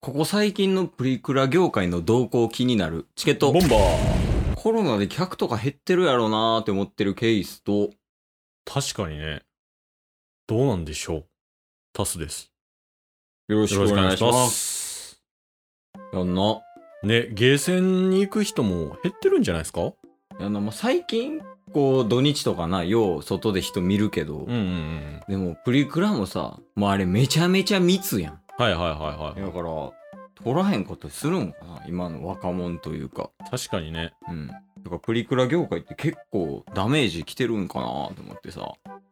ここ最近のプリクラ業界の動向気になるチケッボトン。バーコロナで客とか減ってるやろうなーって思ってるケースと、確かにね。どうなんでしょうタスです。よろしくお願いしよろしくお願ま。いしますす。やんな。ね、ゲーセンに行く人も減ってるんじゃないですかやんな、まあ、最近、こう、土日とかな、よう外で人見るけど、うんうんうん。でもプリクラもさ、もうあれめちゃめちゃ密やん。はいはいはいだはから、取らへんことするんかな今の若者というか。い。確かにね。うん。だからプリクラ業界って結構ダメージきてるんかなと思ってさ。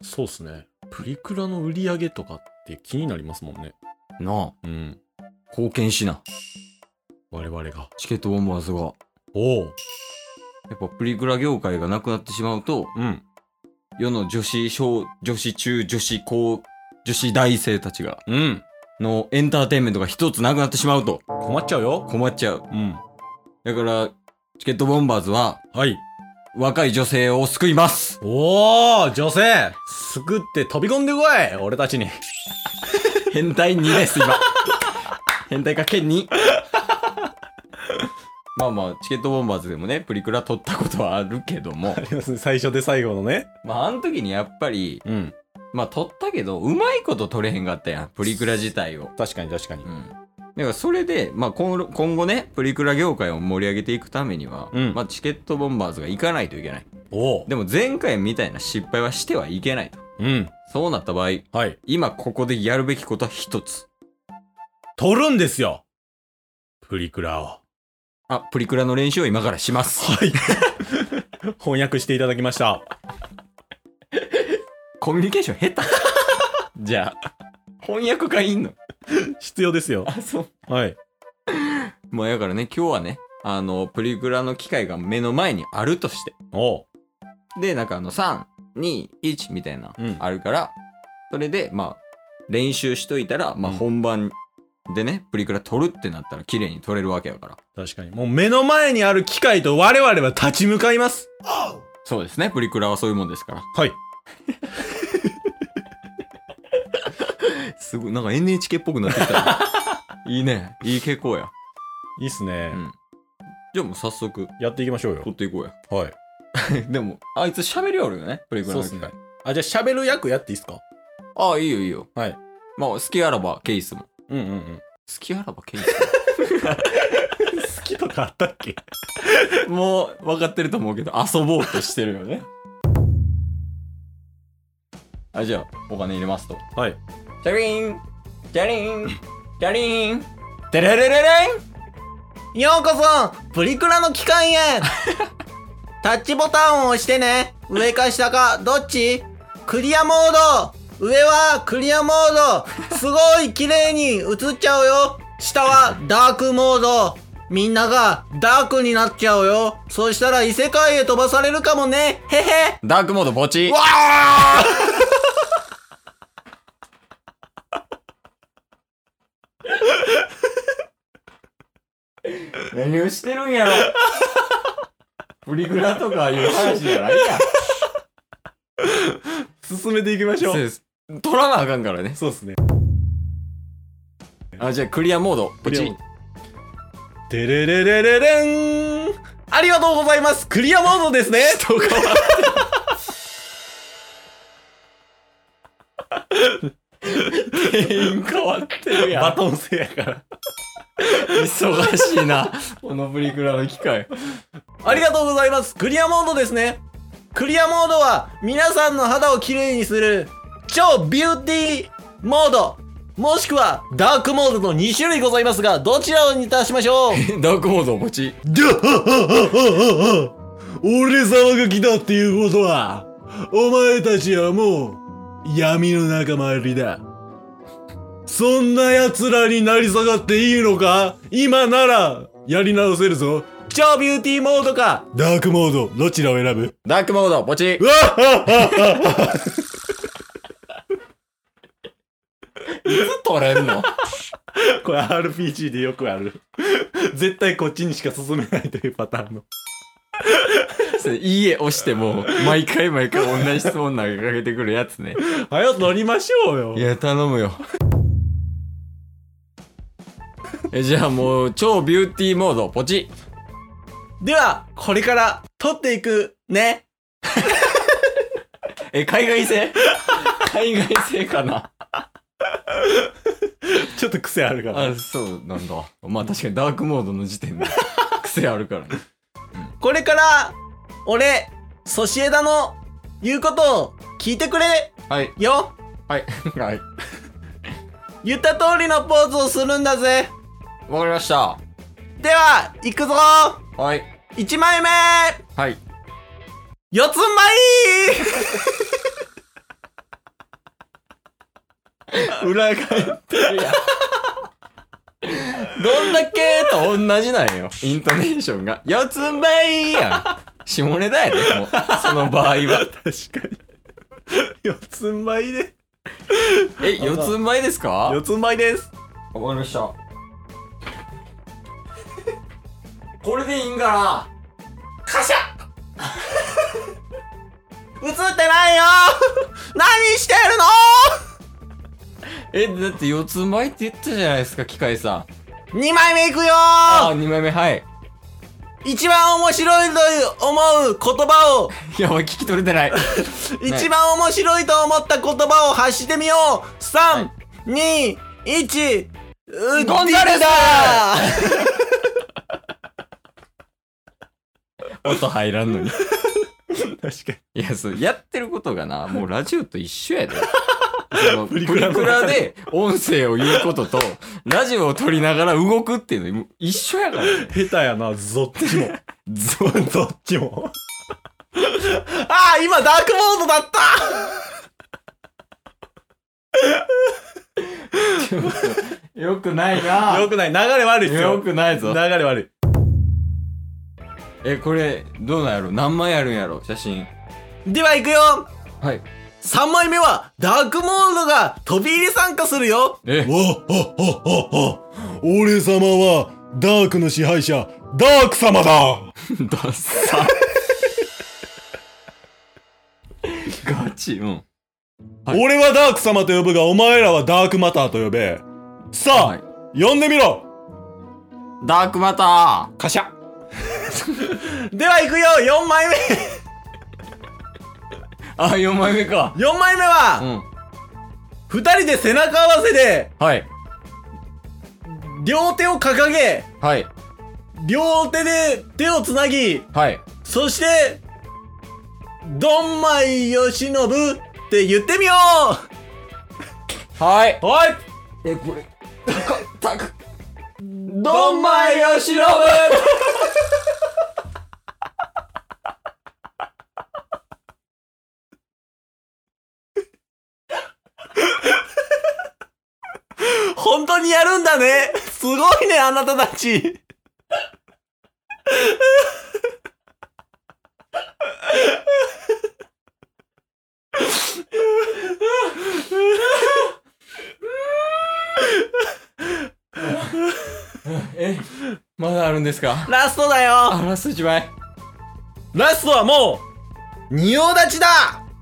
そうっすね。プリクラの売り上げとかって気になりますもんね。なあ、うん。貢献しな。我々が。チケットボンバーズが。おお。やっぱプリクラ業界がなくなってしまうと、うん。世の女子小、女子中、女子高、女子大生たちが、うん。のエンターテインメントが一つなくなってしまうと困っちゃうよ。困っちゃう。うん。だから、チケットボンバーズははい。若い女性を救いますおー女性救って飛び込んでこい俺たちに。 変態2です、今。変態かけ2。まあまあ、チケットボンバーズでもね、プリクラ撮ったことはあるけども、最初で最後のね。まああの時にやっぱり、うん。まあ撮ったけど、うまいこと撮れへんかったやん、プリクラ自体を。確かに確かにう。ん。だからそれで、まあ今後今後ね、プリクラ業界を盛り上げていくためには、うんまあチケットボンバーズが行かないといけない。おお。でも前回みたいな失敗はしてはいけないと。うん。そうなった場合、はい。今ここでやるべきことは一つ。撮るんですよプリクラを。あ、プリクラの練習を今からします。はい。翻訳していただきました。 コミュニケーション下手じゃあ、翻訳家いんの必要ですよ。あ、そう。はい。まあ、やからね、今日はね、あの、プリクラの機会が目の前にあるとして。おう。で、なんかあの、3、2、1みたいな、うんあるから、それで、まあ、練習しといたら、まあ、うん本番でね、プリクラ撮るってなったら、綺麗に撮れるわけやから。確かに。もう目の前にある機会と我々は立ち向かいます。そうですね、プリクラはそういうもんですから。はい。すごい、なんか NHK っぽくなって きたな。いいね。いい傾向や。いいっすね。うんじゃあもう早速、やっていきましょう撮っていこうや。よ。はい。 でも、あいつ喋りあるよね、プリクラの機そうっ会すね。あ、じゃあ喋る役やっていいっすかああ、いいよいいよ。はい。まあ、好きあらばケースも。好うんうんうん。きあらばケース好きとかあったっけも もう、分かってると思うけど、遊ぼうとしてるよね。あ、じゃあ、お金入れますと。はい。チャリーンチャリーンチャリーンテレレレレンようこそプリクラの機関へ タッチボタンを押してね上か下かどっちクリアモード上はクリアモードすごい綺麗に映っちゃうよ下はダークモードみんながダークになっちゃうよそうしたら異世界へ飛ばされるかもねへへダークモードポチわあ 何をしてるんやろプリクラとかいう話じゃないや進めていきましそうです取らなあかんからね。そうですねあ、じゃあクリアモード、ポチてれれれれれんありがとうございますクリアモードですねとかは店員変わってるやん。 バトン制やから。忙しいな。このプリクラの機会。ありがとうございます。クリアモードですね。クリアモードは皆さんの肌をきれいにする超ビューティーモード。もしくはダークモードの2種類ございますが、どちらをに足しましょうダークモードをポチ。 俺様が来たっていうことは、お前たちはもう闇の仲間入りだ。そんな奴らになり下がっていいのか今ならやり直せるぞ。超ビューティーモードかダークモード、どちらを選ぶダークモード、ポチう。わ取れん の これ RPG でよくある。絶対こっちにしか進めないというパターンの。いいえ押しても、毎回毎回同じ質問投げかけてくるやつね。早く乗りましょうよいや、頼むよ。えじゃあもう、超ビューティーモード、ポチ。では、これから撮っていく、ね。え、海外製海外製かなちょっと癖あるから。あ、そうなんだ。まあ確かにダークモードの時点で、癖あるからね。これから、俺、ソシエダの言うことを聞いてくれはい、よ。はい、はい。言った通りのポーズをするんだぜ。わかりました。では、行くぞはい、 !1 枚目はい。四つん這い裏返ってるやん。どんだけと同じなんよ。イントネーションが。四つん這いやん。下ネタやで、もう。その場合は。確かに。四つん這いで。え、四つん這いですか四つん這いです。わかりました。これでいいんかカシャ映ってないよ何してるなえ、だって四つん這いって言ったじゃないですか、機械さん。の ?2 枚目いくよああ、二枚目、はい。一番面白いと思う言葉を、いや、お前聞き取れてない。 一番面白いと思った言葉を発してみよう !3、2、1、うゴンザレスディ音入らんのに。スだ確かいに。や、そう、やってることがな、もうラジオと一緒やで。そ のププリリククララので音声を言うことと、ラジオを撮りながら動くっていうの一緒やからね。下手やな、どっ ちも。ゾどっちも。 ああ、今ダークモードだったよくないなよくない。流れ悪いっすよ。よくないぞ流。れ悪い。え、これ、どうなんやろ何枚あるんやろ写真。では行くよはい。 !3 枚目は、ダークモードが飛び入り参加するよわえ、はははは俺様はダークの支配者ダーク様だ ダッサ。ガチ、うん。はい俺はダーク様と呼ぶがお前らはダークマターと呼べさあ、はい呼んでみろダークマタカシャでは行くよ !4 枚目 ーあ、4枚目か。 !4 枚目うは、ん。二人で背中合わせで、はい。両手を掲げ、はい。両手で手をつなぎ、はい。そして、ドンマイヨシノブって言ってみよはい。うはいえ、これ、高、高、ドンマイヨシノブ本当にやるんだねすごいね、あなたたちえ、まだあるんですかラストだよあ、ラスト1枚。ラストはもう、仁王立ちだ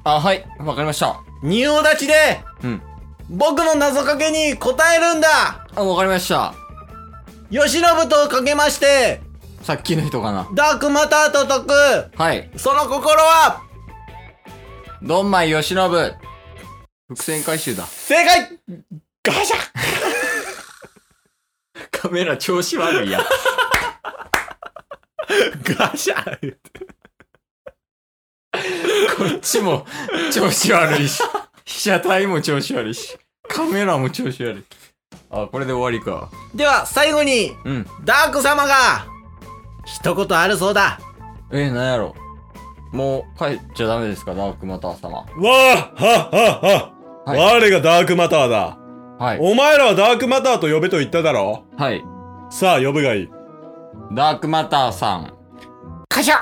あ、はい。わかりました。仁王立ちで、うん。僕の謎かけに答えるんだあ、わかりました。吉信とかけまして、さっきの人かな。ダークマターと解く、はい。その心は、ドンマイヨシノブ。伏線回収だ。正解ガシャカメラ調子悪いや。ガシャこっちも調子悪いし、被写体も調子悪いし、カメラも調子悪い。あ、これで終わりか。では、最後に、うん。ダーク様が、一言あるそうだ。え、なんやろ。もう帰っちゃダメですか、ダークマター様。わーははは、はい我がダークマターだはい。お前らはダークマターと呼べと言っただろはい。さあ呼ぶがいいダークマターさん。カシャ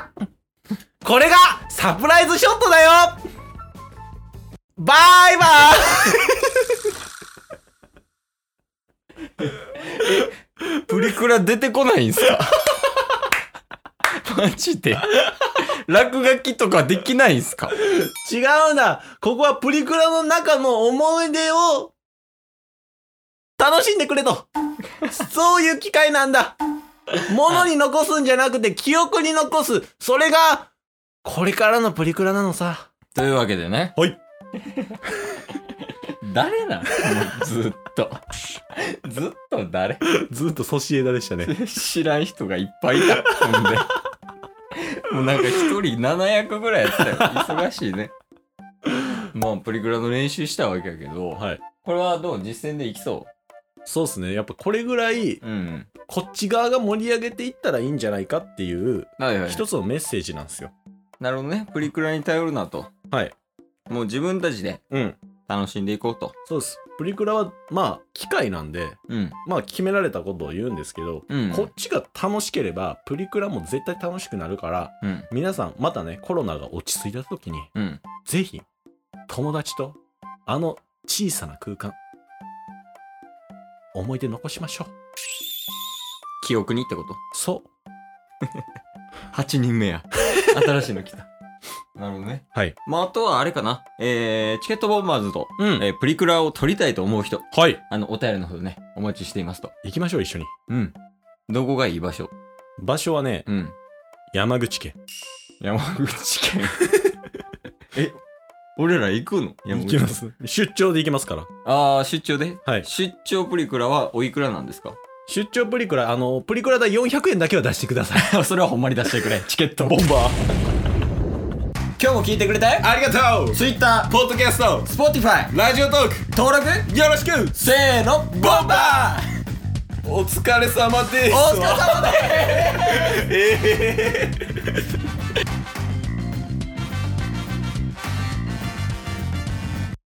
これが、サプライズショットだよバイバプリクラ出てこないんすか マジで。落書きとかできないんすかイ違うな。ここはプリクラの中の思い出を、楽しんでくれと。そういう機会なんだ。物に残すんじゃなくて記憶に残す。それが、これからのプリクラなのさ。というわけでね。はい。 誰なのもうずっと。ずっと誰ずっとソシエダでしたね。知らん人がいっぱいいた。ほんで。もうなんか一人7役ぐらいやってたよ。忙しいね。まあ、プリクラの練習したわけやけど、 はい。これはどう実践でいきそそうですね。やっぱこれぐらい、ううん。こっち側が盛り上げていったらいいんじゃないかっていう、はいはい。一つのメッセージなんですよ。なるほどね。プリクラに頼るなと。はい。もう自分たちでうん。楽しんでいこうと。そうです。プリクラは、まあ、機械なんで、うん。まあ、決められたことを言うんですけど、うん。こっちが楽しければ、プリクラも絶対楽しくなるから、うん。皆さん、またね、コロナが落ち着いた時に、うん。ぜひ、友達と、あの小さな空間、思い出残しましょう。記憶にってことそう。 8人目や 新しいの来たなるほどねはい。まああとはあれかなえー、チケットボンバーズと、うん。えープリクラを撮りたいと思う人はい。あのお便りの方ねお待ちしていますと行きましょう、一緒に。うんどこがいい場所場所はね、うん山口県。山口県 え俺ら行くの山口す。出張で行きますから。ああ出張ではい。出張プリクラはおいくらなんですか出張プリクラ、あの、プリクラ代400円だけは出してください。 それはほんまに出してくれチケットボンバー今日も聞いてくれたありがとう Twitter、ポッドキャスト、 Spotify、ラジオトーク、登録よろしくせーのボンバーお疲れ様ですお疲れ様です